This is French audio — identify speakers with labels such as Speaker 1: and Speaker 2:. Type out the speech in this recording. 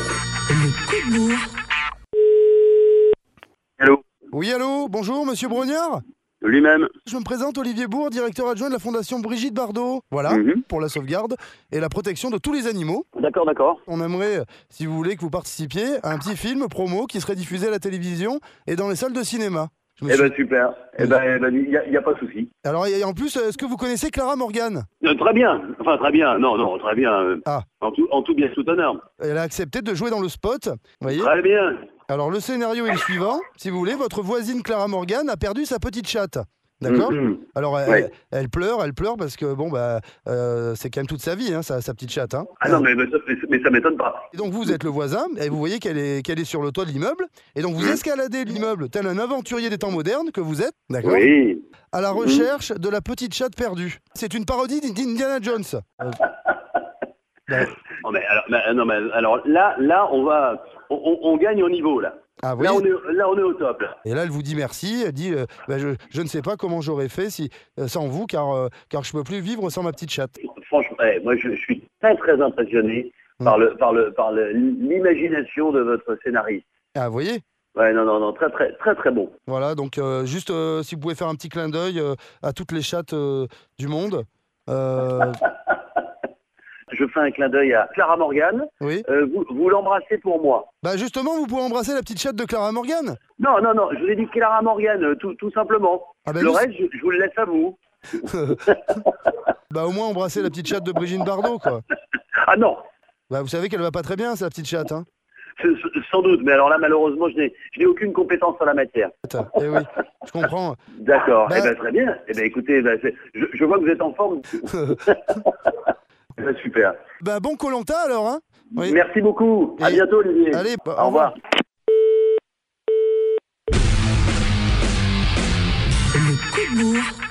Speaker 1: Le coup de bourre
Speaker 2: Allô
Speaker 3: Oui, allô, bonjour, monsieur Brognard
Speaker 2: Lui-même
Speaker 3: Je me présente Olivier Bourg, directeur adjoint de la Fondation Brigitte Bardot. Voilà,
Speaker 2: Mhm.
Speaker 3: pour la sauvegarde et la protection de tous les animaux.
Speaker 2: D'accord, d'accord.
Speaker 3: On aimerait, euh, si vous voulez, que vous participiez à un petit film promo qui serait diffusé à la télévision et dans les salles de cinéma. Je me
Speaker 2: Eh
Speaker 3: suis-
Speaker 2: ben super. Eh ben, eh ben, il n'y a, il y a pas de souci.
Speaker 3: Alors, et en plus, euh, est-ce que vous connaissez Clara Morgan
Speaker 2: Euh, très bien. Enfin, très bien. Non, non, très bien. euh,
Speaker 3: Ah.
Speaker 2: En, tout, en tout bien tout honneur.
Speaker 3: Elle a accepté de jouer dans le spot. Vous voyez
Speaker 2: Très bien.
Speaker 3: Alors, le scénario est le suivant. Si vous voulez, votre voisine Clara Morgan a perdu sa petite chatte. D'accord
Speaker 2: Mhm.
Speaker 3: Alors, elle,
Speaker 2: Ouais.
Speaker 3: elle pleure, elle pleure parce que, bon, bah, euh, c'est quand même toute sa vie, hein, sa, sa petite chatte. hein.
Speaker 2: Ah non, mais, mais ça, mais ça m'étonne pas.
Speaker 3: Et donc vous êtes le voisin et vous voyez qu'elle est, qu'elle est sur le toit de l'immeuble. Et donc vous
Speaker 2: Mhm.
Speaker 3: escaladez l'immeuble tel un aventurier des temps modernes que vous êtes, d'accord
Speaker 2: Oui. Mmh.
Speaker 3: À la recherche de la petite chatte perdue. C'est une parodie d'Indiana Jones. Euh,
Speaker 2: Oh, mais alors, mais- non, mais alors là, là, on va, on, on- on gagne au niveau là.
Speaker 3: Ah oui.
Speaker 2: Là, on est, là, on est au top. Là.
Speaker 3: Et là elle vous dit merci. Elle dit euh, Bah, je, je ne sais pas comment j'aurais fait si euh, sans vous car euh, car je peux plus vivre sans ma petite chatte.
Speaker 2: Franchement, eh, moi, je, je suis très, très impressionné
Speaker 3: Mm.
Speaker 2: par le, par le, par le- l'imagination de votre scénariste.
Speaker 3: Ah vous voyez.
Speaker 2: Ouais, non, non, non, très, très, très, très bon.
Speaker 3: Voilà donc euh, juste euh, si vous pouvez faire un petit clin d'œil euh, à toutes les chattes euh, du monde. Euh,
Speaker 2: Je fais un clin d'œil à Clara Morgan.
Speaker 3: oui.
Speaker 2: Euh, vous, vous l'embrassez pour moi.
Speaker 3: Bah justement vous pouvez embrasser la petite chatte de Clara Morgan.
Speaker 2: Non, non, non, je vous ai dit Clara Morgan, euh, tout, tout simplement.
Speaker 3: Ah bah,
Speaker 2: le
Speaker 3: nous,
Speaker 2: reste, je, je vous le laisse à vous.
Speaker 3: Bah au moins embrasser la petite chatte de Brigitte Bardot quoi.
Speaker 2: Ah non,
Speaker 3: Bah vous savez qu'elle va pas très bien sa petite chatte hein.
Speaker 2: c- c- sans doute, mais alors là, malheureusement, je n'ai je n'ai aucune compétence en la matière.
Speaker 3: Eh oui, je comprends.
Speaker 2: D'accord,
Speaker 3: Bah-
Speaker 2: eh ben, très bien. Eh ben, écoutez, ben, c'est- je, je vois que vous êtes en forme. Eh ben, super.
Speaker 3: Bah bon Colanta alors hein. Oui.
Speaker 2: Merci beaucoup. À
Speaker 3: Et-
Speaker 2: bientôt, Olivier.
Speaker 3: Allez, bah,
Speaker 2: au revoir.
Speaker 1: Le coup de bourre